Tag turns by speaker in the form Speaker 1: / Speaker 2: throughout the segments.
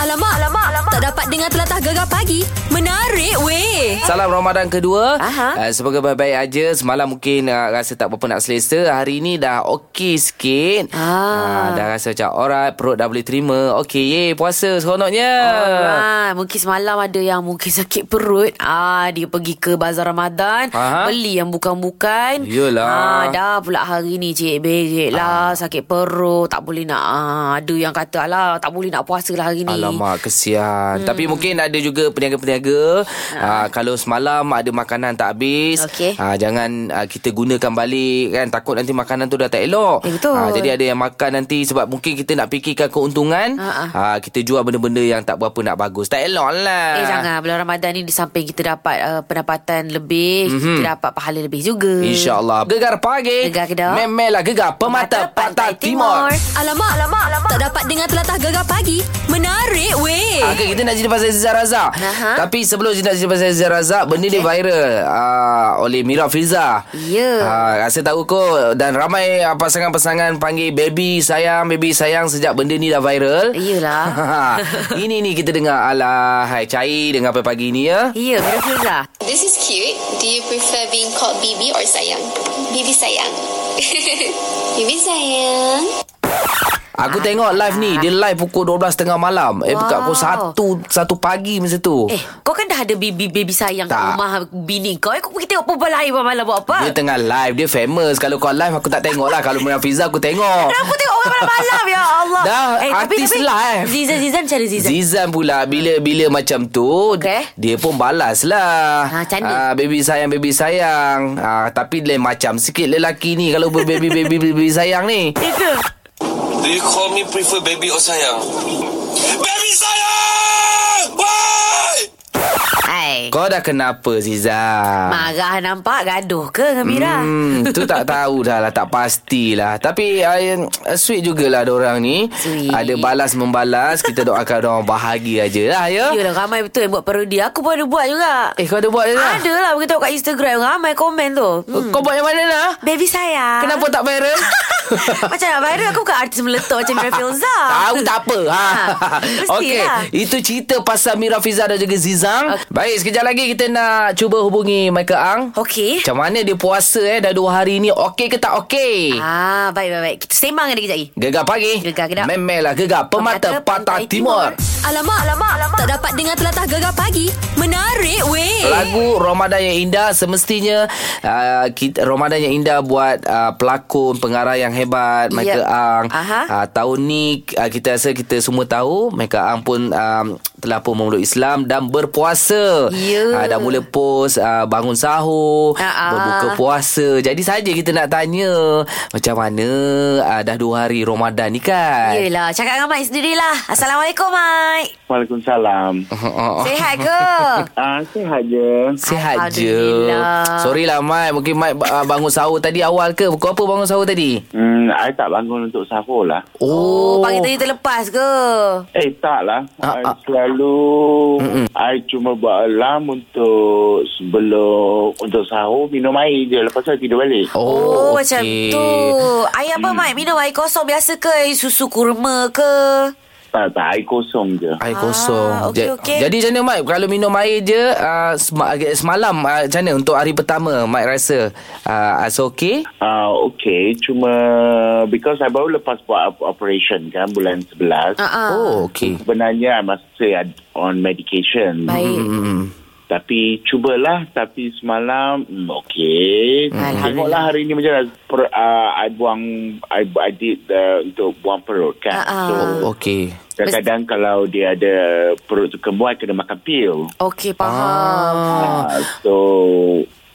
Speaker 1: Alamak, alamak, alamak. Tak dapat dengar telatah gegar pagi. Menarik weh.
Speaker 2: Salam Ramadan kedua
Speaker 1: Aha.
Speaker 2: uh, Semoga baik-baik aja Semalam mungkin uh, rasa tak berapa nak selesa Hari ni dah okey sikit
Speaker 1: Ah.
Speaker 2: Dah rasa macam alright Perut dah boleh terima Okey ye puasa seronoknya
Speaker 3: Alright. Ah, Mungkin semalam ada yang mungkin sakit perut. Ah, dia pergi ke bazar Ramadan,
Speaker 2: Faham.
Speaker 3: beli yang bukan-bukan.
Speaker 2: Yelah.
Speaker 3: Ah, dah pula hari ni cik berik
Speaker 2: Ah.
Speaker 3: lah, sakit perut, tak boleh nak ah, ada yang kata alah tak boleh nak puasa lah hari ni.
Speaker 2: Alamak kesian hmm. Tapi mungkin ada juga peniaga-peniaga ha. Kalau semalam ada makanan tak habis
Speaker 3: Okey.
Speaker 2: ah, Jangan ah, kita gunakan balik kan Takut nanti makanan tu dah tak elok
Speaker 3: Eh, betul.
Speaker 2: Ah, Jadi ada yang makan nanti Sebab mungkin kita nak fikirkan keuntungan
Speaker 3: Ah,
Speaker 2: Ah, Kita jual benda-benda yang tak berapa nak bagus Tak elok lah
Speaker 3: Eh jangan Bulan Ramadan ni Di samping kita dapat uh, Pendapatan
Speaker 2: Mhm.
Speaker 3: lebih mm-hmm. Kita dapat pahala lebih juga
Speaker 2: InsyaAllah Gegar pagi
Speaker 3: Gegar Kedah.
Speaker 2: Memelah gegar Pemata, Pantai, Timur, Timur.
Speaker 1: Alamak, alamak, alamak. Tak dapat dengar telatah gegar pagi. Menarik weh.
Speaker 2: Ah, okay, kita nak cerita pasal Zizah Razak
Speaker 3: Eh. Aha.
Speaker 2: Tapi sebelum kita nak cerita pasal Zizah Razak Benda okay. ni viral uh, Oleh Mira Filza
Speaker 3: Ya.
Speaker 2: uh, Rasa tahu kot Dan ramai ah, pasangan-pasangan Panggil baby sayang Baby sayang Sejak benda ni dah viral
Speaker 3: Yelah
Speaker 2: Ini ni kita dengar Alah Hai Cai Dengar pagi ni ya
Speaker 3: Ya Mira Filza
Speaker 4: This is cute. Do you prefer being called Bibi or Sayang? Bibi Sayang. Bibi Sayang.
Speaker 2: Aku tengok live ni Dia live pukul 12.30 malam Eh bukan
Speaker 3: Ah. Wow.
Speaker 2: pukul 1 1 pagi masa tu
Speaker 3: Eh, kau kan dah ada baby-baby sayang kat
Speaker 2: Tak.
Speaker 3: rumah bini kau. Eh, kau pergi tengok perempuan lain malam buat apa?
Speaker 2: Dia tengah live Dia famous Kalau kau live Aku tak tengok lah Kalau Mira Fiza aku tengok
Speaker 3: Kenapa tengok orang malam-malam ya Allah.
Speaker 2: Dah, artis lah, eh. live.
Speaker 3: Zizan Zizan macam mana Zizan?
Speaker 2: Zizan pula Bila bila macam tu
Speaker 3: Okey.
Speaker 2: Dia pun balas lah
Speaker 3: Ha, macam ni?
Speaker 2: Ah, Baby sayang Baby sayang Ah, Tapi lain macam sikit lelaki ni Kalau baby baby baby sayang ni
Speaker 3: Ya ke?
Speaker 5: Do you call me prefer baby or sayang? Baby sayang! Why?
Speaker 3: Hai.
Speaker 2: Kau dah kenapa Zizan
Speaker 3: Marah nampak gaduh ke dengan Mira?
Speaker 2: Hmm, tu tak tahu dah lah Tak pastilah Tapi uh, yang- uh, Sweet jugalah orang ni
Speaker 3: Sweet.
Speaker 2: Ada balas membalas Kita doakan orang bahagia aje lah ya
Speaker 3: Yelah ramai betul yang buat parodi Aku pun ada buat juga
Speaker 2: Eh kau ada buat dia tak?
Speaker 3: Ada lah Aku tengok kat Instagram Ramai komen tu hmm.
Speaker 2: Kau buat yang mana lah?
Speaker 3: Baby sayang
Speaker 2: Kenapa tak viral?
Speaker 3: Macam nak viral Aku bukan artis meletup Macam Mira Filza
Speaker 2: Tahu tak apa ha.
Speaker 3: Ha, Ah. mestilah.
Speaker 2: Okey Itu cerita pasal Mira Fiza dan juga Zizang okay. Baik sekejap lagi kita nak Cuba hubungi Michael Ang
Speaker 3: Okey
Speaker 2: Macam mana dia puasa eh Dah dua hari ni Okey ke tak okey?
Speaker 3: Ah, baik baik baik. Kita sembang ada kejap lagi.
Speaker 2: Gegar pagi
Speaker 3: Gegar Kedah.
Speaker 2: Memelah gegar Pemata,
Speaker 3: Pemata
Speaker 2: Pantai,
Speaker 3: Pantai
Speaker 2: Timur,
Speaker 3: Timur.
Speaker 1: Alamak, alamak, alamak. Tak dapat dengar telatah gegar pagi. Menarik weh.
Speaker 2: Lagu Ramadan yang Indah semestinya uh, kita, Ramadan yang Indah buat uh, pelakon pengarah yang hebat Michael
Speaker 3: Ya.
Speaker 2: Ang.
Speaker 3: Aha.
Speaker 2: Uh, tahun ni uh, kita rasa kita semua tahu Michael Ang pun um, telah pun memeluk Islam dan berpuasa.
Speaker 3: Ya. Ah,
Speaker 2: Uh, dah mula post uh, bangun sahur,
Speaker 3: Ha-ha.
Speaker 2: berbuka puasa. Jadi saja kita nak tanya macam mana uh, dah dua hari Ramadan ni kan.
Speaker 3: Yelah, cakap dengan Mike sendirilah. Assalamualaikum, Mike.
Speaker 6: Waalaikumsalam.
Speaker 2: Oh,
Speaker 3: Sehat ke?
Speaker 6: Ah, sihat je.
Speaker 2: Sihat je
Speaker 3: Alhamdulillah.
Speaker 2: Sorry lah Mat Mungkin Mat uh, bangun sahur tadi awal ke Pukul apa bangun sahur tadi?
Speaker 6: Hmm, I tak bangun untuk sahur lah.
Speaker 3: Oh, pagi tadi terlepas ke?
Speaker 6: Eh, tak lah.
Speaker 2: Ah,
Speaker 6: I
Speaker 2: ah.
Speaker 6: selalu... Mm-mm. I cuma buat alarm untuk sebelum... Untuk sahur, minum air je. Lepas tu, I tidur balik.
Speaker 3: Oh, Hmm.
Speaker 2: okey.
Speaker 3: macam tu. Air apa, Mike? Minum air kosong biasa ke? Air susu kurma ke?
Speaker 6: Tak, tak. Air kosong je.
Speaker 2: Air kosong
Speaker 3: Ah, okey,
Speaker 2: Ja-
Speaker 3: okey.
Speaker 2: Jadi macam mana Mat Kalau minum air je uh, sem- agak Semalam uh, macam mana Untuk hari pertama Mat rasa uh, Rasa okey
Speaker 6: Ah, okay. Cuma... Because I baru lepas buat op- operation kan, bulan 11.
Speaker 3: Uh-uh.
Speaker 2: Oh okey
Speaker 6: Sebenarnya, I must say I on medication.
Speaker 3: Baik.
Speaker 2: Hmm.
Speaker 6: Tapi cubalah Tapi semalam hmm, Okay
Speaker 3: Alhamdulillah.
Speaker 6: Tengoklah hari ni macam mana per, uh, I buang I, I did uh, Untuk buang perut
Speaker 3: Ah,
Speaker 6: kan
Speaker 3: ah.
Speaker 6: So
Speaker 2: Oh, Okey
Speaker 6: Kadang-kadang kalau dia ada Perut tu kembuai Kena makan pil
Speaker 3: Okey, faham.
Speaker 2: ah.
Speaker 6: uh, So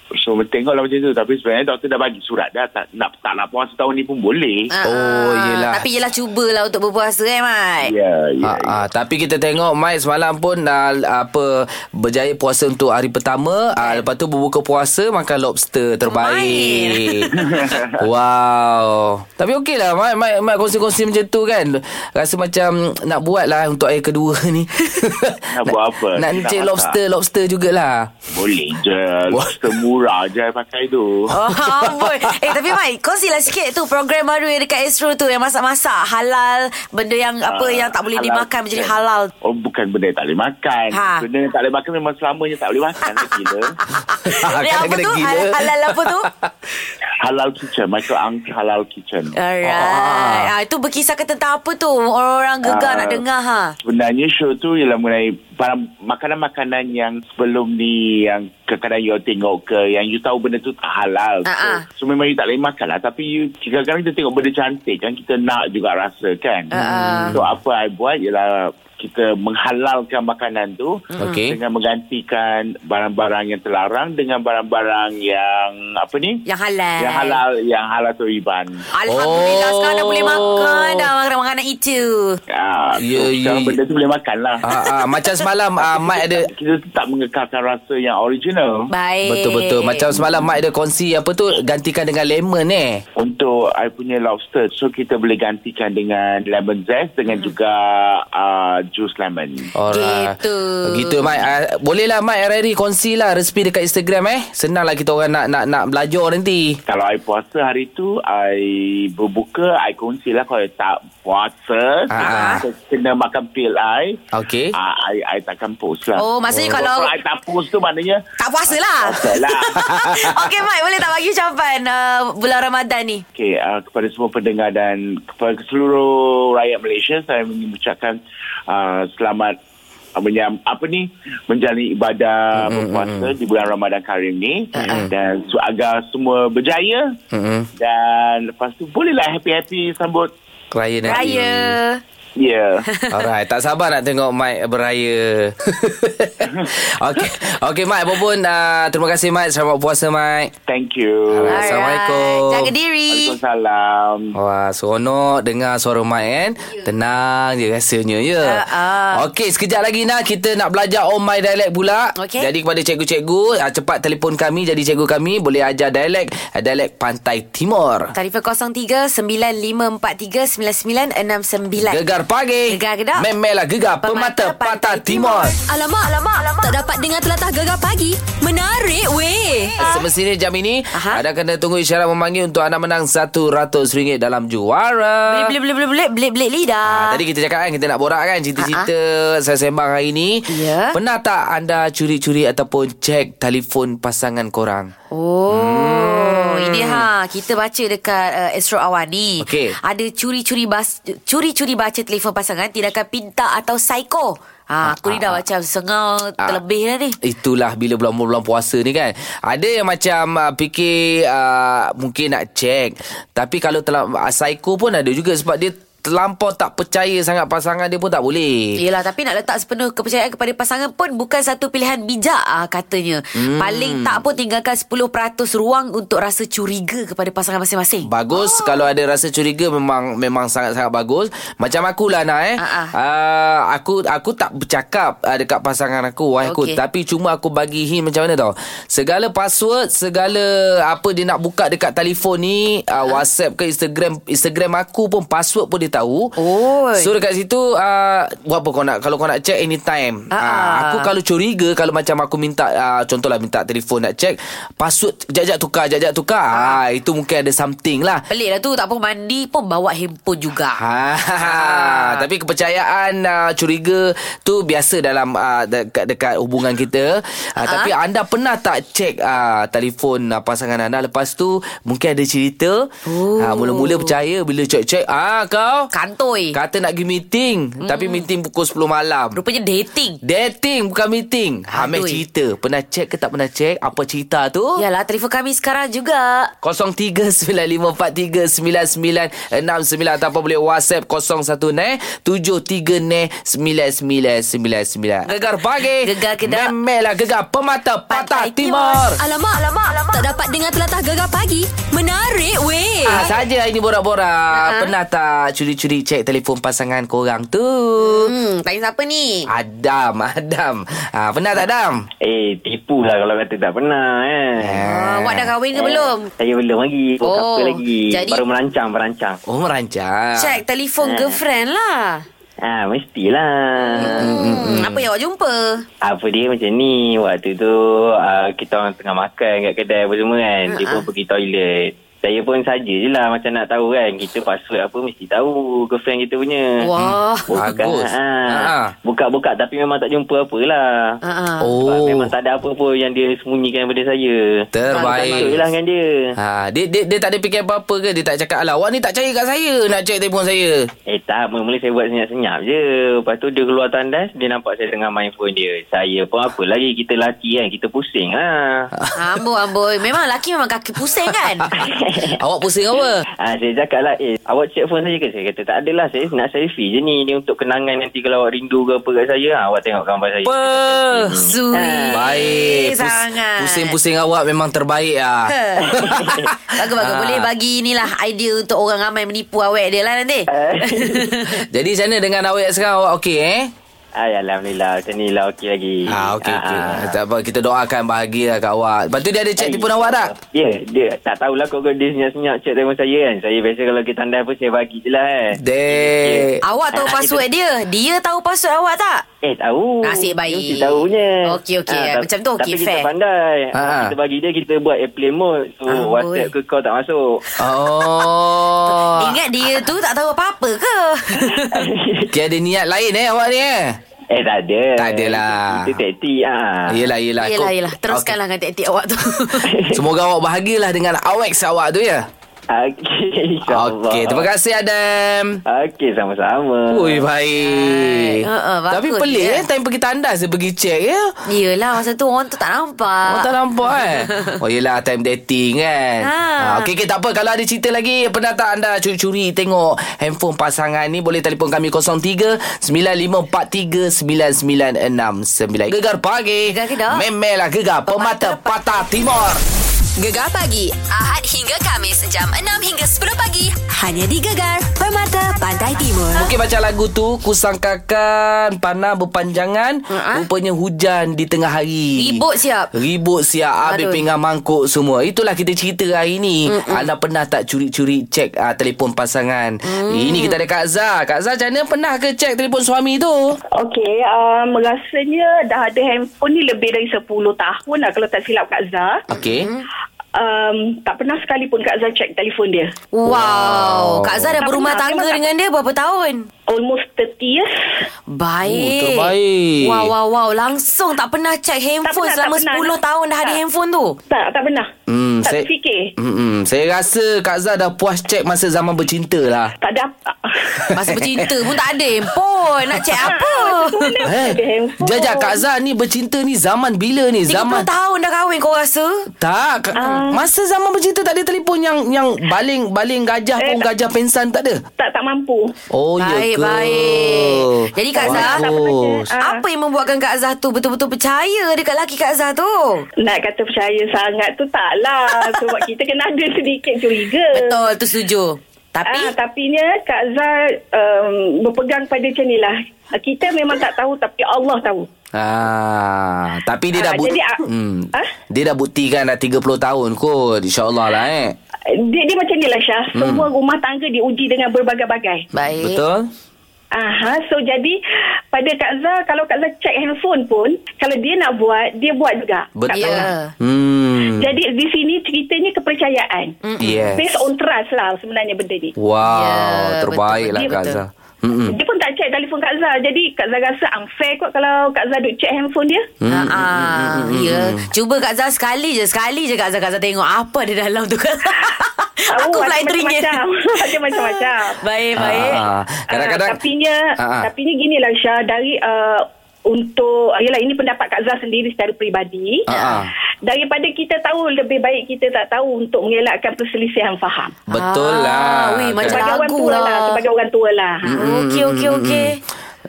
Speaker 6: So tengoklah macam tu Tapi sebenarnya doktor dah bagi surat dah Tak nak, tak nak puasa tahun ni pun boleh
Speaker 3: Ah,
Speaker 2: Oh, yelah.
Speaker 3: Tapi yelah cubalah untuk berpuasa eh, Mike.
Speaker 2: Ah,
Speaker 6: Ya ya
Speaker 2: ah, tapi kita tengok Mai semalam pun ah, apa berjaya puasa untuk hari pertama ah, lepas tu berbuka puasa makan lobster terbaik. wow. Tapi okey lah Mai Mai, Mai kongsi-kongsi macam tu kan. Rasa macam nak buat lah untuk air kedua ni.
Speaker 6: Nak buat apa?
Speaker 2: Nak
Speaker 6: Nak
Speaker 2: cek
Speaker 6: masak.
Speaker 2: lobster lobster jugalah.
Speaker 6: Boleh je
Speaker 2: Wah.
Speaker 6: Semua Pura je I pakai tu.
Speaker 3: Oh, amboi. Eh tapi Mai Kau silah sikit tu Program baru yang dekat Astro tu Yang masak-masak Halal Benda yang apa
Speaker 6: Ah,
Speaker 3: Yang tak boleh
Speaker 6: halal.
Speaker 3: dimakan Menjadi halal
Speaker 6: Oh bukan benda yang tak boleh makan
Speaker 3: Ha.
Speaker 6: Benda yang tak boleh makan Memang selamanya tak boleh makan Gila
Speaker 3: Dia Eh,
Speaker 6: Ya,
Speaker 3: apa
Speaker 2: Kena
Speaker 3: tu
Speaker 2: Ah, gila.
Speaker 3: Halal, halal apa tu
Speaker 6: Halal kitchen Michael Ang halal kitchen
Speaker 3: Eh. Alright ah. Itu berkisahkan tentang apa tu Orang-orang gegar
Speaker 6: Ah.
Speaker 3: nak dengar ha
Speaker 6: Sebenarnya show tu ialah mengenai barang, makanan-makanan yang sebelum ni yang kadang-kadang you tengok ke yang you tahu benda tu tak halal.
Speaker 3: Ah, ah.
Speaker 6: So, so memang you tak boleh makan lah tapi you kadang-kadang kita tengok benda cantik kan kita nak juga rasa kan.
Speaker 3: Ah,
Speaker 6: So apa I buat ialah kita menghalalkan makanan tu
Speaker 2: Okey.
Speaker 6: dengan menggantikan barang-barang yang terlarang dengan barang-barang yang apa ni?
Speaker 3: Yang halal
Speaker 6: yang halal yang halal teriban.
Speaker 2: Oh.
Speaker 3: Alhamdulillah oh. Sekarang dah boleh makan Dah makanan-makanan itu
Speaker 6: Ah,
Speaker 2: Ya,
Speaker 6: yeah, so
Speaker 2: ya,
Speaker 6: sekarang
Speaker 2: ya.
Speaker 6: benda tu boleh makan lah.
Speaker 2: Ah, ah, macam semalam ah, Mat ada
Speaker 6: Kita tetap mengekalkan rasa yang original.
Speaker 3: Baik
Speaker 2: Betul-betul Macam semalam Mak ada kongsi Apa tu Gantikan dengan lemon eh
Speaker 6: Untuk I punya lobster, so kita boleh gantikan dengan lemon zest dengan
Speaker 2: Hmm.
Speaker 6: juga uh, jus lemon.
Speaker 2: Oh. Alright.
Speaker 3: Gitu.
Speaker 2: Gitu Mat uh, Bolehlah Mat Hari-hari kongsi lah Resipi dekat Instagram eh Senanglah kita orang nak Nak nak belajar nanti
Speaker 6: Kalau I puasa hari tu, I berbuka, I kongsi lah. Kalau I tak puasa,
Speaker 2: Ah. Eh.
Speaker 6: kita kena makan pil I,
Speaker 2: Okay
Speaker 6: ah, I, I takkan post lah.
Speaker 3: Oh, maksudnya kalau-
Speaker 6: Kalau I tak post tu maknanya,
Speaker 3: Tak puasa lah
Speaker 6: tak lah.
Speaker 3: Okay Mai Boleh tak bagi ucapan uh, Bulan Ramadan ni
Speaker 6: Okey, uh, kepada semua pendengar dan kepada seluruh rakyat Malaysia, saya ingin mengucapkan uh, selamat uh, menyam, apa ni menjalani ibadah mm-hmm. berpuasa di bulan Ramadan Karim ni mm-hmm. dan su- agar semua berjaya
Speaker 2: Mm-mm.
Speaker 6: dan lepas tu bolehlah happy-happy sambut
Speaker 2: Raya nanti
Speaker 3: Raya
Speaker 6: ya yeah.
Speaker 2: Alright, tak sabar nak tengok Mike beraya. okay, okay Mike, apa pun uh, terima kasih Mike. Selamat puasa Mike.
Speaker 6: thank you
Speaker 2: Alright. Assalamualaikum.
Speaker 3: Alright. Jaga diri
Speaker 6: Waalaikumsalam
Speaker 2: Wah, seronok dengar suara Mike kan. Tenang je rasanya ya.
Speaker 3: Ya. Ah, ah.
Speaker 2: Okey, sekejap lagi nak kita nak belajar on my dialect pula.
Speaker 3: Okey.
Speaker 2: Jadi kepada cikgu-cikgu, uh, cepat telefon kami jadi cikgu kami boleh ajar dialek, uh, dialek Pantai Timur.
Speaker 3: Tarifa 03-9543-9969
Speaker 2: Gegar pagi.
Speaker 3: Gegar Kedah.
Speaker 2: Memelah gegar pemata, Pantai, Timur.
Speaker 1: Alamak, alamak, alamak. Tak dapat dengar telatah gegar pagi. Menarik weh.
Speaker 2: Semestinya jam ini
Speaker 3: Ah. Aha.
Speaker 2: Anda kena tunggu isyarat memanggil Untuk anda menang RM100 dalam juara
Speaker 3: Belit, belit, belit, belit, belit, belit lidah.
Speaker 2: Ah, Tadi kita cakap kan Kita nak borak kan Cerita-cerita Saya sembang hari ni
Speaker 3: Ya.
Speaker 2: Pernah tak anda curi-curi Ataupun cek telefon pasangan korang
Speaker 3: Oh,
Speaker 2: Hmm.
Speaker 3: ini ha kita baca dekat uh, Astro Awan ni.
Speaker 2: Okey.
Speaker 3: Ada curi-curi bas, curi-curi baca telefon pasangan tindakan pintar atau psycho. Ha, aku
Speaker 2: Ah,
Speaker 3: ni dah macam sengau terlebih dah ni.
Speaker 2: Itulah bila bulan-bulan puasa ni kan Ada yang macam uh, fikir uh, Mungkin nak cek Tapi kalau telah uh, Psycho pun ada juga Sebab dia terlampau tak percaya sangat pasangan dia pun tak boleh
Speaker 3: Yelah tapi nak letak sepenuh kepercayaan kepada pasangan pun bukan satu pilihan bijak ah katanya. Hmm. Paling tak pun tinggalkan 10% ruang untuk rasa curiga kepada pasangan masing-masing.
Speaker 2: Bagus oh. kalau ada rasa curiga memang memang sangat-sangat bagus. Macam akulah nak eh.
Speaker 3: Ah, ah.
Speaker 2: Uh, aku aku tak bercakap uh, dekat pasangan aku wahai aku
Speaker 3: Okey.
Speaker 2: tapi cuma aku bagi hint macam mana tau. Segala password, segala apa dia nak buka dekat telefon ni,
Speaker 3: Ah,
Speaker 2: uh, WhatsApp ke Instagram, Instagram aku pun password pun dia tahu.
Speaker 3: Oi.
Speaker 2: So dekat situ uh, buat apa kau nak kalau kau nak check anytime.
Speaker 3: Ah,
Speaker 2: Uh,
Speaker 3: ah.
Speaker 2: aku kalau curiga kalau macam aku minta uh, contohlah minta telefon nak check, password jajak tukar jajak tukar. Ah itu mungkin ada something lah.
Speaker 3: Pelik lah tu tak pun mandi pun bawa handphone juga.
Speaker 2: Ha,
Speaker 3: Ah.
Speaker 2: tapi kepercayaan uh, curiga tu biasa dalam uh, dekat dekat hubungan kita.
Speaker 3: Ah.
Speaker 2: Uh, tapi anda pernah tak cek uh, telefon uh, pasangan anda lepas tu mungkin ada cerita. Uh,
Speaker 3: Oh.
Speaker 2: mula-mula percaya bila cek-cek ah kau
Speaker 3: Kantoi.
Speaker 2: kata nak pergi meeting tapi meeting pukul 10 malam.
Speaker 3: Rupanya dating.
Speaker 2: Dating bukan meeting. Hamil
Speaker 3: Aduh.
Speaker 2: cerita. Pernah cek ke tak pernah cek apa cerita tu?
Speaker 3: Yalah telefon kami sekarang juga
Speaker 2: 0395439969 ataupun boleh WhatsApp 01 ne 73 ne 9999. Gegar pagi.
Speaker 3: Gegar Kedah.
Speaker 2: Memelah gegar pemata patah
Speaker 3: Pantai
Speaker 2: timur.
Speaker 1: Alamak, alamak, alamak. Tak dapat dengar telatah gegar pagi. Menarik weh.
Speaker 2: Ah, saja hari ni borak-borak. Pernah tak curi-curi cek telefon pasangan korang tu?
Speaker 3: Hmm Tanya siapa ni
Speaker 2: Adam, Adam. Ah, pernah tak Adam?
Speaker 7: Eh, tipu lah kalau kata tak pernah eh.
Speaker 3: Ah, Awak dah kahwin ke belum
Speaker 7: Saya belum lagi. Oh,
Speaker 3: Oh,
Speaker 7: couple lagi.
Speaker 3: jadi-
Speaker 7: Baru merancang, merancang.
Speaker 3: Ah.
Speaker 2: Oh, merancang.
Speaker 3: Eh. Check telefon girlfriend lah
Speaker 7: Ha, mestilah.
Speaker 3: Hmm. Apa yang awak jumpa?
Speaker 7: Apa dia macam ni, waktu tu uh, kita orang tengah makan kat kedai apa semua kan.
Speaker 3: Hmm,
Speaker 7: Dia
Speaker 3: ah.
Speaker 7: pun pergi toilet. Saya pun saja je lah macam nak tahu kan. Kita password apa mesti tahu girlfriend kita punya.
Speaker 3: Hmm. Wah.
Speaker 2: Hmm.
Speaker 7: Buka,
Speaker 2: Bagus.
Speaker 7: Ha,
Speaker 2: Ha.
Speaker 7: Buka-buka tapi memang tak jumpa apalah.
Speaker 3: Ha, ha.
Speaker 7: Sebab
Speaker 2: Oh.
Speaker 7: memang tak ada apa pun yang dia sembunyikan daripada saya.
Speaker 2: Terbaik.
Speaker 7: Betul lah dengan dia.
Speaker 2: Ha, dia, dia, dia tak ada fikir apa-apa ke? Dia tak cakap, alah, awak ni tak cari kat saya. Nak cek telefon saya.
Speaker 7: Eh tak, mula-mula saya buat senyap-senyap je. Lepas tu dia keluar tandas, dia nampak saya tengah main phone dia. Saya pun apa lagi, kita lelaki kan, kita pusing lah.
Speaker 3: Amboi, amboi. Memang lelaki memang kaki pusing kan?
Speaker 2: Awak pusing apa?
Speaker 7: Ah, saya cakap lah, eh awak check phone saya ke? Saya kata tak adalah, saya nak selfie je ni. Ni untuk kenangan nanti kalau awak rindu ke apa kat saya, ah, awak tengok gambar saya.
Speaker 2: Apa?
Speaker 8: Eh.
Speaker 3: Sweet
Speaker 2: Baik. Pus-
Speaker 3: Hmm. sangat.
Speaker 2: Pusing-pusing awak memang terbaik lah.
Speaker 3: Bagus bagus
Speaker 2: Ah.
Speaker 3: Boleh bagi inilah Idea untuk orang ramai Menipu awet dia lah nanti
Speaker 2: Jadi macam mana dengan awak sekarang awak okey eh?
Speaker 7: Ay, Alhamdulillah, macam ni lah okey lagi.
Speaker 2: Ha
Speaker 7: Ah,
Speaker 2: okey okey.
Speaker 3: Ah,
Speaker 2: Tak apa kita doakan bahagia kat awak. Lepas tu dia ada cek telefon awak tak?
Speaker 7: Ya, dia tak tahulah kau kau dia senyap-senyap cek telefon saya kan. Saya biasa kalau kita tandai pun saya bagi je lah kan.
Speaker 2: Dek.
Speaker 3: Awak tahu
Speaker 7: Ah,
Speaker 3: password dia Dia tahu password awak tak
Speaker 7: Eh tahu
Speaker 3: Nasib baik.
Speaker 7: Mesti tahunya
Speaker 3: Okey, okey.
Speaker 7: Ah, tap-
Speaker 3: Macam tu okey,
Speaker 7: Tapi
Speaker 3: fair.
Speaker 7: kita pandai
Speaker 2: Ha.
Speaker 7: Ah, Kita bagi dia Kita buat airplane mode So
Speaker 3: Ah,
Speaker 7: whatsapp ke kau tak masuk
Speaker 2: Oh.
Speaker 3: Ingat dia tu tak tahu apa-apa ke
Speaker 2: Dia ada niat lain eh awak ni eh?
Speaker 7: Eh tak ada
Speaker 2: Tak adalah. Ya.
Speaker 7: Kita taktik ah.
Speaker 2: Yelah yelah
Speaker 3: Yelah
Speaker 2: Kau-
Speaker 3: yelah Teruskanlah dengan taktik awak tu
Speaker 2: Okey. Semoga awak bahagialah dengan awek awak tu ya
Speaker 7: Okey insyaAllah
Speaker 2: Okey terima kasih Adam
Speaker 7: Okey sama-sama
Speaker 2: Ui baik
Speaker 3: Ha, ha, bagus
Speaker 2: Tapi pelik
Speaker 3: dia.
Speaker 2: eh Time pergi tandas Dia pergi cek ya
Speaker 3: Yelah masa tu orang tu tak nampak
Speaker 2: Awak tak nampak eh Oh yelah time dating kan
Speaker 3: Ah. Ha.
Speaker 2: ha. Okey okay, tak apa Kalau ada cerita lagi Pernah tak anda curi-curi Tengok handphone pasangan ni Boleh telefon kami 03 9543 9969 Gegar pagi
Speaker 3: Gegar Kedah.
Speaker 2: Memelah gegar Pemata Patah Timur
Speaker 1: Gegar pagi Ahad hingga Kamis jam 6 hingga 10 pagi hanya di Gegar Permata Pantai Timur.
Speaker 2: Okey baca lagu tu Kusangkakan Panah berpanjangan
Speaker 3: Ha-ha.
Speaker 2: uh-huh. Rupanya hujan di tengah hari
Speaker 3: Ribut siap.
Speaker 2: Ribut siap Habis
Speaker 3: Aduh.
Speaker 2: pinggang mangkuk semua Itulah kita cerita hari ni Mm-mm. Anda pernah tak curi-curi Cek uh, telefon pasangan mm. Ini kita ada Kak Zah Kak Zah macam mana Pernah ke cek telefon suami tu
Speaker 8: Okey, um, rasanya dah ada handphone ni lebih dari 10 tahun lah kalau tak silap Kak Zah.
Speaker 2: Okey
Speaker 8: Um, tak pernah sekalipun Kak Zah cek telefon dia.
Speaker 2: Wow.
Speaker 3: Wow Kak Zah dah
Speaker 8: Tak
Speaker 3: berumah
Speaker 8: pernah,
Speaker 3: tangga
Speaker 8: memang tak-
Speaker 3: dengan dia Berapa tahun
Speaker 8: Almost 30 years.
Speaker 3: Baik
Speaker 2: Oh, terbaik.
Speaker 3: Wow wow wow Langsung tak pernah cek handphone
Speaker 8: pernah, tak
Speaker 3: Selama
Speaker 8: pernah.
Speaker 3: 10 tahun dah ada
Speaker 8: Tak.
Speaker 3: handphone tu
Speaker 8: Tak, tak pernah.
Speaker 2: Hmm,
Speaker 8: tak
Speaker 2: saya-
Speaker 8: fikir.
Speaker 2: Mm-mm. Saya rasa Kak Zah dah puas cek Masa zaman bercinta lah
Speaker 8: Tak ada apa.
Speaker 3: Masa bercinta pun tak ada handphone Nak cek
Speaker 8: Ah,
Speaker 3: apa
Speaker 2: Eh,
Speaker 8: Ada handphone.
Speaker 2: Jajak Kak Zah ni bercinta ni zaman bila ni?
Speaker 3: 30
Speaker 2: Zaman
Speaker 3: tahun dah kahwin kau rasa
Speaker 2: Tak,
Speaker 3: Ah.
Speaker 2: uh, masa zaman bercinta tak ada telefon yang yang baling baling gajah
Speaker 8: Eh,
Speaker 2: pun
Speaker 8: tak-
Speaker 2: gajah pensan tak ada.
Speaker 8: Tak, tak mampu.
Speaker 2: Oh ya
Speaker 3: Baik,
Speaker 2: ke.
Speaker 3: baik. Jadi, Kak Zah,
Speaker 8: tak pernah je.
Speaker 2: Bagus.
Speaker 8: Ah.
Speaker 3: Apa yang membuatkan Kak Zah tu Betul-betul percaya Dekat laki Kak Zah tu
Speaker 8: Nak kata percaya sangat tu taklah. Sebab kita kena ada sedikit curiga.
Speaker 3: Betul tu setuju Tapi
Speaker 8: Ah, tapinya Kak Zah um, berpegang pada macam ni lah. Kita memang tak tahu tapi Allah tahu.
Speaker 2: Ah, tapi dia dah
Speaker 8: Ah,
Speaker 2: bukti.
Speaker 8: jadi, ah,
Speaker 2: hmm,
Speaker 8: ah?
Speaker 2: Dia dah buktikan dah 30 tahun kot. Insya-Allah lah eh.
Speaker 8: Dia, dia macam ni lah Syah.
Speaker 2: Hmm.
Speaker 8: Semua rumah tangga diuji dengan berbagai-bagai.
Speaker 3: Baik
Speaker 2: Betul?
Speaker 8: Aha, so jadi pada Kak Zah, kalau Kak Zah cek handphone pun, kalau dia nak buat, dia buat juga.
Speaker 2: Betul.
Speaker 3: Ya
Speaker 2: Hmm.
Speaker 8: Jadi di sini ceritanya kepercayaan.
Speaker 2: Yes.
Speaker 8: Based on trust lah sebenarnya benda ni.
Speaker 2: Wow,
Speaker 3: Ya,
Speaker 2: yeah, terbaik
Speaker 3: betul,
Speaker 2: lah
Speaker 8: betul,
Speaker 2: Kak
Speaker 3: betul.
Speaker 2: Zah. Hmm.
Speaker 8: Dia pun tak cek telefon Kak Zah. Jadi Kak Zah rasa unfair kot kalau Kak Zah duk cek handphone dia.
Speaker 3: Ha ah, ya. Cuba Kak Zah sekali je, sekali je Kak Zah Kak Zah tengok apa di dalam tu Kak Zah. Aku
Speaker 8: Oh,
Speaker 3: pula
Speaker 8: ada
Speaker 3: teringin.
Speaker 8: macam-macam. Ada macam-macam.
Speaker 3: Baik, baik.
Speaker 2: Ah, kadang-kadang
Speaker 8: Ah, tapinya
Speaker 2: Ah, ah.
Speaker 8: tapinya gini lah Syah dari uh, untuk yalah ini pendapat Kak Zah sendiri secara peribadi.
Speaker 2: Ah, ah.
Speaker 8: Daripada kita tahu lebih baik kita tak tahu untuk mengelakkan perselisihan faham.
Speaker 2: betul
Speaker 3: Ah,
Speaker 2: lah.
Speaker 3: weh, macam
Speaker 8: Sebagai orang
Speaker 3: Lagu
Speaker 8: tua
Speaker 2: Hmm.
Speaker 3: lah. hmm,
Speaker 8: lah, sebagai orang tua lah.
Speaker 3: Okey, okey, okey.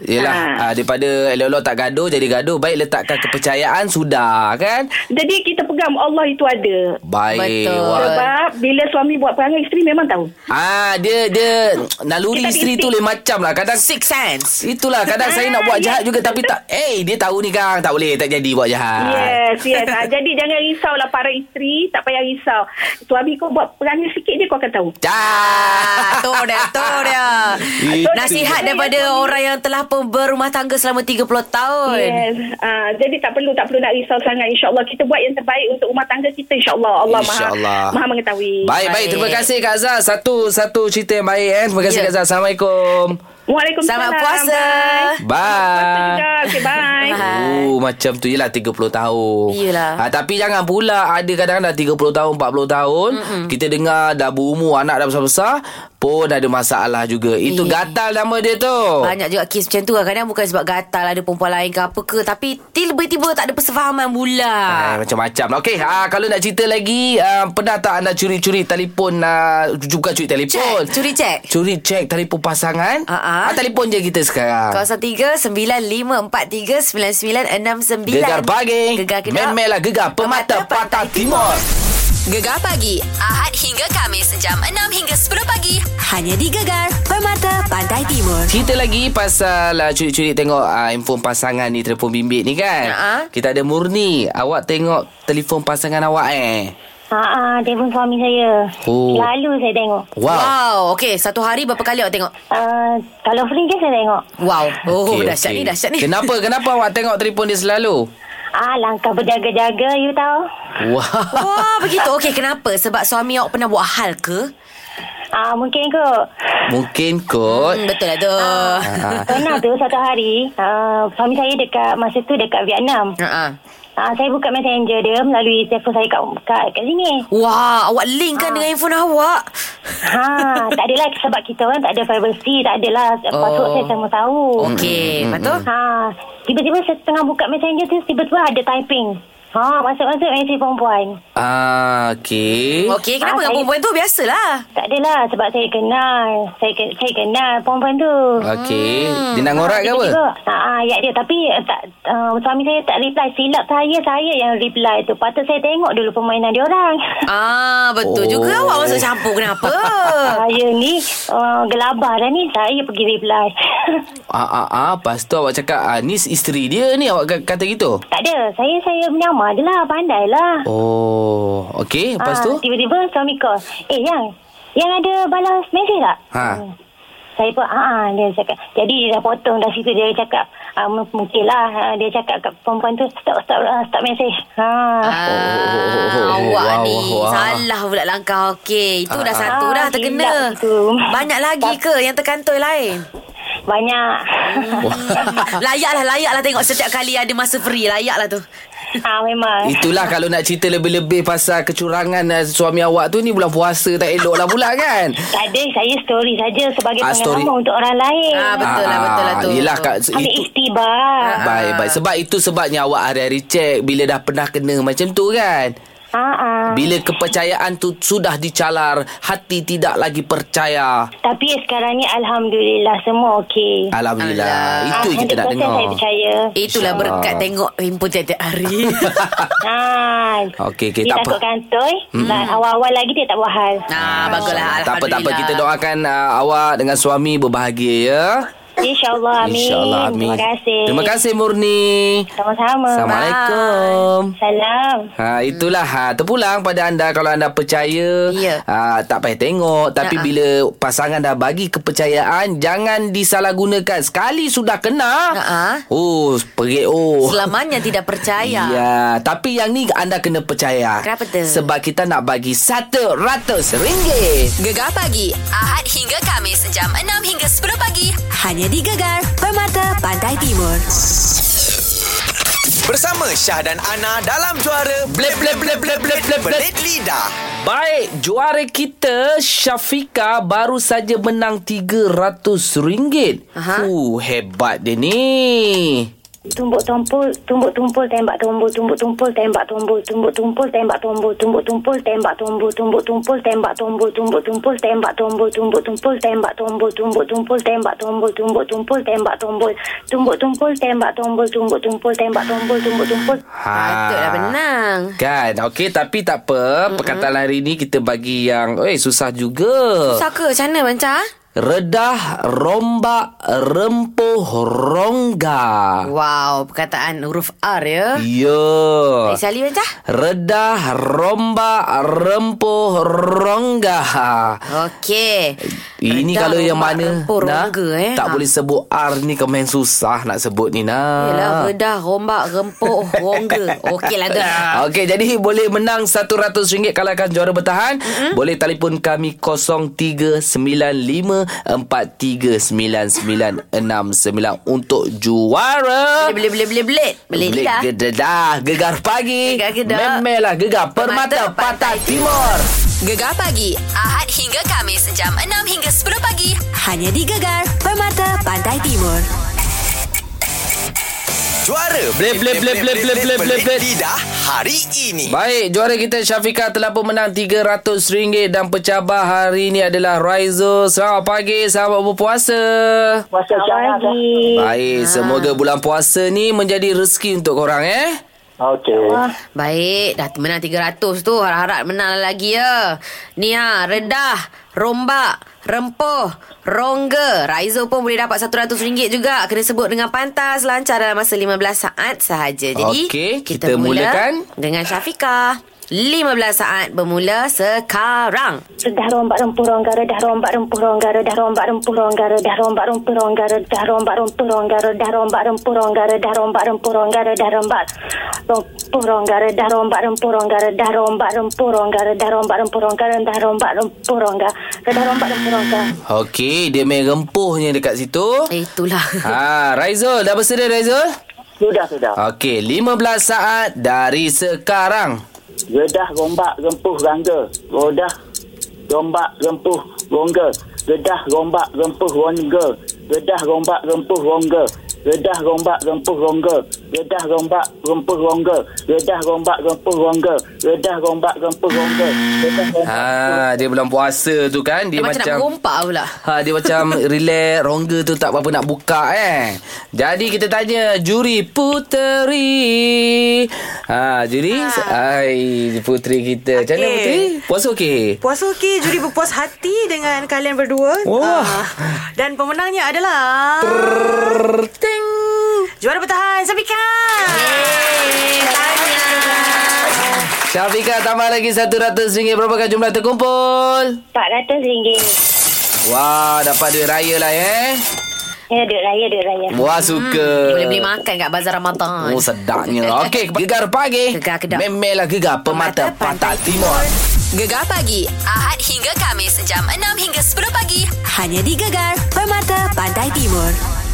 Speaker 2: Yelah ha.
Speaker 9: Ha.
Speaker 2: Daripada elok-elok tak gaduh Jadi gaduh Baik letakkan kepercayaan Sudah kan
Speaker 9: Jadi kita pegang Allah itu ada.
Speaker 2: Baik
Speaker 3: Betul.
Speaker 2: Wan.
Speaker 9: Sebab bila suami buat perangai isteri memang tahu.
Speaker 2: Ah dia dia naluri
Speaker 9: Kita ada
Speaker 2: isteri tu
Speaker 9: insting.
Speaker 2: lain macam lah kadang
Speaker 3: Six sense.
Speaker 2: Itulah kadang saya nak
Speaker 9: Ah,
Speaker 2: buat jahat juga tapi tak eh dia tahu ni kang tak boleh tak jadi buat jahat.
Speaker 9: Yes, yes.
Speaker 8: Ha,
Speaker 9: Ah, Jadi jangan risaulah para isteri, tak payah risau. Suami kau buat perangai sikit je kau akan tahu.
Speaker 3: Ah,
Speaker 2: Dah.
Speaker 3: tu dia, tu dia.
Speaker 2: Itu.
Speaker 3: Nasihat daripada orang yang telah pun berumah tangga selama 30 tahun.
Speaker 9: Yes. Ah, jadi tak perlu tak perlu nak risau sangat insya-Allah. Kita buat yang terbaik untuk rumah tangga kita insya-Allah. Allah
Speaker 2: InsyaAllah.
Speaker 9: Maha Maha mengetahui.
Speaker 2: Baik baik terima
Speaker 3: Baik.
Speaker 2: kasih Kak Azhar. Satu satu cerita yang baik eh. Terima kasih
Speaker 3: Ya.
Speaker 2: Kak Azhar. Assalamualaikum.
Speaker 9: Waalaikumsalam.
Speaker 3: Selamat puasa.
Speaker 9: Bye. Puasa
Speaker 2: Bye.
Speaker 9: juga. Okay, bye.
Speaker 3: Bye.
Speaker 2: Oh macam tu Yelah 30 tahun
Speaker 3: Yelah.
Speaker 2: ha, Tapi jangan pula Ada kadang-kadang dah 30 tahun 40 tahun Mm-mm. Kita dengar Dah berumur Anak dah besar-besar Pun ada masalah juga Itu
Speaker 3: Eh.
Speaker 2: gatal nama dia tu
Speaker 3: Banyak juga kes macam tu Kadang-kadang bukan sebab gatal Ada perempuan lain ke apa ke Tapi tiba-tiba tak ada persefahaman pula
Speaker 2: Ah, macam-macam. Okey, ah, kalau nak cerita lagi, ah, pernah tak anda curi-curi telefon, ah, bukan curi telefon.
Speaker 3: Cek, curi cek.
Speaker 2: Curi cek telefon pasangan.
Speaker 3: Ah, ah.
Speaker 2: Ah, telefon je kita sekarang.
Speaker 3: 03-9543-9969
Speaker 2: Gegar pagi.
Speaker 3: Gegar Kedah
Speaker 2: Memelah gegar pemata patah timur.
Speaker 1: Gegar pagi Ahad hingga Kamis jam 6 hingga 10 pagi hanya di Gegar Permata Pantai Timur.
Speaker 2: Cerita lagi pasal uh, curi-curi tengok uh, handphone pasangan ni telefon bimbit ni kan.
Speaker 3: Ya.
Speaker 2: Kita ada Murni. Awak tengok telefon pasangan awak eh.
Speaker 8: Ha ah, telefon suami saya.
Speaker 2: Oh.
Speaker 8: Lalu saya tengok.
Speaker 3: Wow,
Speaker 2: Wow.
Speaker 3: wow. Okay, satu hari berapa kali awak tengok?
Speaker 8: Uh, kalau free je saya tengok.
Speaker 3: Wow Oh, okay, dahsyat ni, dahsyat ni
Speaker 2: Kenapa? Kenapa awak tengok telefon dia selalu?
Speaker 8: Ah, langkah berjaga-jaga you tahu.
Speaker 2: Wah.
Speaker 3: Wah, begitu Okay, kenapa? Sebab suami awak pernah buat hal ke?
Speaker 8: Ah, mungkin kot.
Speaker 2: Mungkin kot.
Speaker 3: Hmm, betul lah tu
Speaker 2: Ah.
Speaker 8: Pernah tu satu hari, ah, suami saya dekat masa tu dekat Vietnam.
Speaker 3: Ha-ha.
Speaker 8: Ah, saya buka messenger dia melalui telefon saya kat kat, kat sini.
Speaker 3: Wah, awak link
Speaker 2: Ah.
Speaker 3: kan dengan handphone awak
Speaker 8: Ha, tak adalah sebab kita orang tak ada privacy, tak adalah password
Speaker 3: Oh.
Speaker 8: saya semua tahu.
Speaker 2: Hmm,
Speaker 3: Okay, lepas tu?
Speaker 8: Ha, tiba-tiba saya tengah buka messenger tu tiba-tiba ada typing. Ha, masuk-masuk mesej perempuan.
Speaker 2: Ah, okey.
Speaker 3: Okay, kenapa
Speaker 8: Ah,
Speaker 3: dengan
Speaker 8: saya-
Speaker 3: perempuan tu? Biasalah
Speaker 8: Tak adalah sebab saya kenal. Saya ke- saya kenal perempuan tu.
Speaker 2: Okey.
Speaker 3: Hmm.
Speaker 2: Dia Ah, nak ngorak ke apa?
Speaker 8: Tiba-tiba, Ha ah ya dia tapi eh, tak uh, suami saya tak reply silap saya saya yang reply tu. Patut saya tengok dulu permainan dia orang.
Speaker 3: Ah,
Speaker 2: Oh.
Speaker 3: betul oh. juga awak masuk campur kenapa?
Speaker 8: Saya ni uh, gelabah dah ni Saya pergi reply
Speaker 2: Ah, ah, ah. Lepas tu awak cakap, ah, ni isteri dia ni awak k- kata gitu?
Speaker 8: Tak ada Saya saya menyamar je lah Pandai lah
Speaker 2: Oh, okey. Lepas
Speaker 8: Ah,
Speaker 2: tu?
Speaker 8: Tiba-tiba suami call Eh yang Yang ada balas mesej tak?
Speaker 2: Ha.
Speaker 8: Hmm. Saya pun ah ah, dia cakap. Jadi dia dah potong dah situ dia cakap ah, m- mungkinlah ah, dia cakap kat perempuan tu stop stop ah, stop mesej. Ha.
Speaker 3: Ah,
Speaker 2: oh, oh.
Speaker 3: awak
Speaker 2: Wah,
Speaker 3: ni
Speaker 2: wah, wah.
Speaker 3: salah pula langkah. Okey, itu dah satu
Speaker 8: Ah,
Speaker 3: dah
Speaker 8: silap
Speaker 3: terkena.
Speaker 8: tu.
Speaker 3: Banyak lagi ke yang terkantoi lain? Hmm.
Speaker 8: Banyak.
Speaker 3: Layaklah, layaklah tengok setiap kali ada masa free. Layaklah tu.
Speaker 8: ah memang.
Speaker 2: Itulah kalau nak cerita lebih-lebih pasal kecurangan uh, suami awak tu ni bulan puasa tak elok lah pula kan?
Speaker 8: Tak ada saya story saja sebagai
Speaker 2: Ah,
Speaker 8: ah,
Speaker 2: story.
Speaker 8: pengamal untuk orang lain.
Speaker 3: Ah,
Speaker 8: Ah,
Speaker 3: betul lah,
Speaker 2: Ah,
Speaker 3: betul lah tu.
Speaker 2: Yelah, Kak. se-
Speaker 8: Ambil
Speaker 2: Itu,
Speaker 8: iktibar. Ah,
Speaker 2: baik, baik. Sebab itu sebabnya awak hari-hari cek bila dah pernah kena macam tu kan?
Speaker 8: ah.
Speaker 2: Bila kepercayaan tu sudah dicalar, hati tidak lagi percaya.
Speaker 8: Tapi sekarang ni alhamdulillah semua okey.
Speaker 2: Alhamdulillah.
Speaker 3: Alhamdulillah.
Speaker 2: Itu yang Ah, kita nak
Speaker 8: 100%
Speaker 2: dengar.
Speaker 8: Saya percaya.
Speaker 3: Itulah
Speaker 2: InsyaAllah.
Speaker 3: berkat tengok handphone tiap-tiap hari.
Speaker 8: Ah.
Speaker 2: Okey, okey,
Speaker 8: dia
Speaker 2: tak apa.
Speaker 8: takut kantoi. Hmm. Dan awal-awal lagi dia tak buat hal.
Speaker 3: nah, Ah,
Speaker 2: Tak
Speaker 3: baguslah.
Speaker 2: apa tak apa
Speaker 3: Alhamdulillah.
Speaker 2: kita doakan uh, awak dengan suami berbahagia ya.
Speaker 8: InsyaAllah amin.
Speaker 2: InsyaAllah
Speaker 8: Terima kasih.
Speaker 2: Terima kasih Murni.
Speaker 8: Sama-sama.
Speaker 2: Assalamualaikum.
Speaker 8: Salam.
Speaker 2: Ha itulah ha terpulang pada anda kalau anda percaya
Speaker 3: Ya.
Speaker 2: ha, tak payah tengok tapi
Speaker 3: Ya.
Speaker 2: bila pasangan dah bagi kepercayaan jangan disalahgunakan sekali sudah kena
Speaker 3: Ha-ha.
Speaker 2: oh perit oh
Speaker 3: Selamanya Ah, tidak percaya.
Speaker 2: Ya, tapi yang ni anda kena percaya.
Speaker 3: Kenapa tu?
Speaker 2: Sebab kita nak bagi RM100.
Speaker 1: Gegar pagi Ahad hingga Kamis jam 6 hingga 10 pagi hanya di Gegar Permata Pantai Timur.
Speaker 10: Bersama Syah dan Ana dalam juara Blip Blip Blip Blip Blip Blip Belit Lidah.
Speaker 2: Baik, juara kita Syafika baru saja menang RM300.
Speaker 3: Aha.
Speaker 2: Uh, hebat dia ni.
Speaker 8: Tumbuk tumpul, tumbuk tumpul, tembak tumbul, tumbuk tumpul, tembak tumbul, tumbuk tumpul, tembak tumbul, tumbuk tumpul, tembak tumbul, tumbuk tumpul, tembak tumbul, tumbuk tumpul, tembak tumbul, tumbuk tumpul, tembak tumbul, tumbuk tumpul, tembak tumbul, tumbuk tumpul, tembak tumbul, tumbuk tumpul, tembak tumbul, tumbuk tumpul, tembak tumbul, tumbuk tumpul.
Speaker 3: Patutlah benang.
Speaker 2: Ah, Kan Okey tapi tak apa Mm-mm. Perkataan hari ni Kita bagi yang Eh susah juga
Speaker 3: Susah ke macam mana Banca?
Speaker 2: Redah Rombak Rempuh Rongga
Speaker 3: Wow Perkataan huruf R ya
Speaker 2: Ya
Speaker 3: Baik sekali Banca
Speaker 2: Redah Rombak Rempuh Rongga
Speaker 3: Okey
Speaker 2: Ini
Speaker 3: Redah,
Speaker 2: kalau yang
Speaker 3: rombak,
Speaker 2: mana
Speaker 3: rempuh, rongga, eh.
Speaker 2: Tak
Speaker 3: Ha.
Speaker 2: boleh sebut R ni Kau main susah nak sebut ni nak
Speaker 3: Ah. Yelah redah rombak rempuh rongga Okey lah ke
Speaker 2: Okey, jadi boleh menang RM100 kalau akan juara bertahan. Mm-hmm. Boleh telefon kami 0395439969 untuk juara.
Speaker 3: Boleh boleh boleh boleh Boleh
Speaker 2: Belit
Speaker 3: lidah
Speaker 2: gededah Gegar pagi
Speaker 3: Gegar gedak.
Speaker 2: Memelah gegar Permata
Speaker 3: Permata
Speaker 2: Pantai
Speaker 3: Pantai
Speaker 2: Timur
Speaker 1: Gegar pagi Ahad hingga Kamis jam 6 hingga 10 pagi hanya di Gegar Permata Pantai Timur.
Speaker 10: Juara
Speaker 2: Blip, blip, blip, blip, blip, blip, blip, blip.
Speaker 10: Lidah hari ini
Speaker 2: Baik, juara kita Syafiqah telah pun menang RM300 dan pencabar hari ini adalah Raizul. Selamat pagi, selamat berpuasa.
Speaker 8: Puasa pagi.
Speaker 2: Baik, semoga bulan puasa ni menjadi rezeki untuk korang eh.
Speaker 6: Okey.
Speaker 3: Baik, dah menang 300 tu. Harap-harap menang lagi ya. Nia, redah, rombak, rempoh, rongga. Raizo pun boleh dapat RM100 juga. Kena sebut dengan pantas, lancar dalam masa 15 saat sahaja. Jadi,
Speaker 2: Okey, kita mulakan.
Speaker 3: dengan Syafiqah. 15 saat bermula sekarang.
Speaker 8: Redah rombak rempuh rongga redah rombak rempuh rongga redah rombak rempuh rongga redah rombak rempuh rongga redah rombak rempuh rongga redah rombak rempuh rongga redah rombak rempuh rongga redah rombak rempuh rongga redah rombak rempuh rongga redah rombak rempuh rongga redah rombak rempuh rongga redah rombak rempuh rongga redah rombak rempuh rongga
Speaker 2: Okey, dia main rempuhnya dekat situ.
Speaker 3: Eh, Itulah.
Speaker 2: Ha, Raizul, dah bersedia Raizul?
Speaker 6: Sudah, sudah.
Speaker 2: Okey, 15 saat dari sekarang.
Speaker 6: Gedah rombak rempuh rangga. Rodah rombak rempuh rongga. Gedah rombak rempuh rongga. Gedah rombak rempuh rongga. Gedah rombak rempuh rongga. Gedah rombak rempuh rongga. Gedah rombak rempuh rongga. Gedah rombak rempuh rongga. Gedah rombak
Speaker 2: Ha, dia bulan puasa tu kan,
Speaker 3: Dia
Speaker 2: dia,
Speaker 3: macam, nak
Speaker 2: macam
Speaker 3: merompak pula.
Speaker 2: Ha, dia macam relax, rongga tu tak apa-apa nak buka eh. Jadi kita tanya juri puteri. Ha, juri, ha. ai puteri kita. Macam mana
Speaker 11: Okey.
Speaker 2: puteri? Puasa okey?
Speaker 11: Puas okey, juri berpuas hati dengan kalian berdua.
Speaker 2: Wah.
Speaker 11: Ah, dan pemenangnya adalah... Ting. Juara bertahan, Sabika.
Speaker 2: Syafiqah tambah lagi RM100. Berapakah jumlah terkumpul?
Speaker 8: RM400
Speaker 2: Wah, dapat duit raya lah eh.
Speaker 8: ya duit raya duit raya
Speaker 2: Wah, suka.
Speaker 3: Boleh beli makan kat Bazar Ramadan.
Speaker 2: Oh, sedapnya. Okey, gegar pagi.
Speaker 3: Gegar kedap.
Speaker 2: Memelah gegar pemata, pantai timur.
Speaker 1: Gegar pagi Ahad hingga Kamis jam 6 hingga 10 pagi hanya di Gegar Permata Pantai Timur.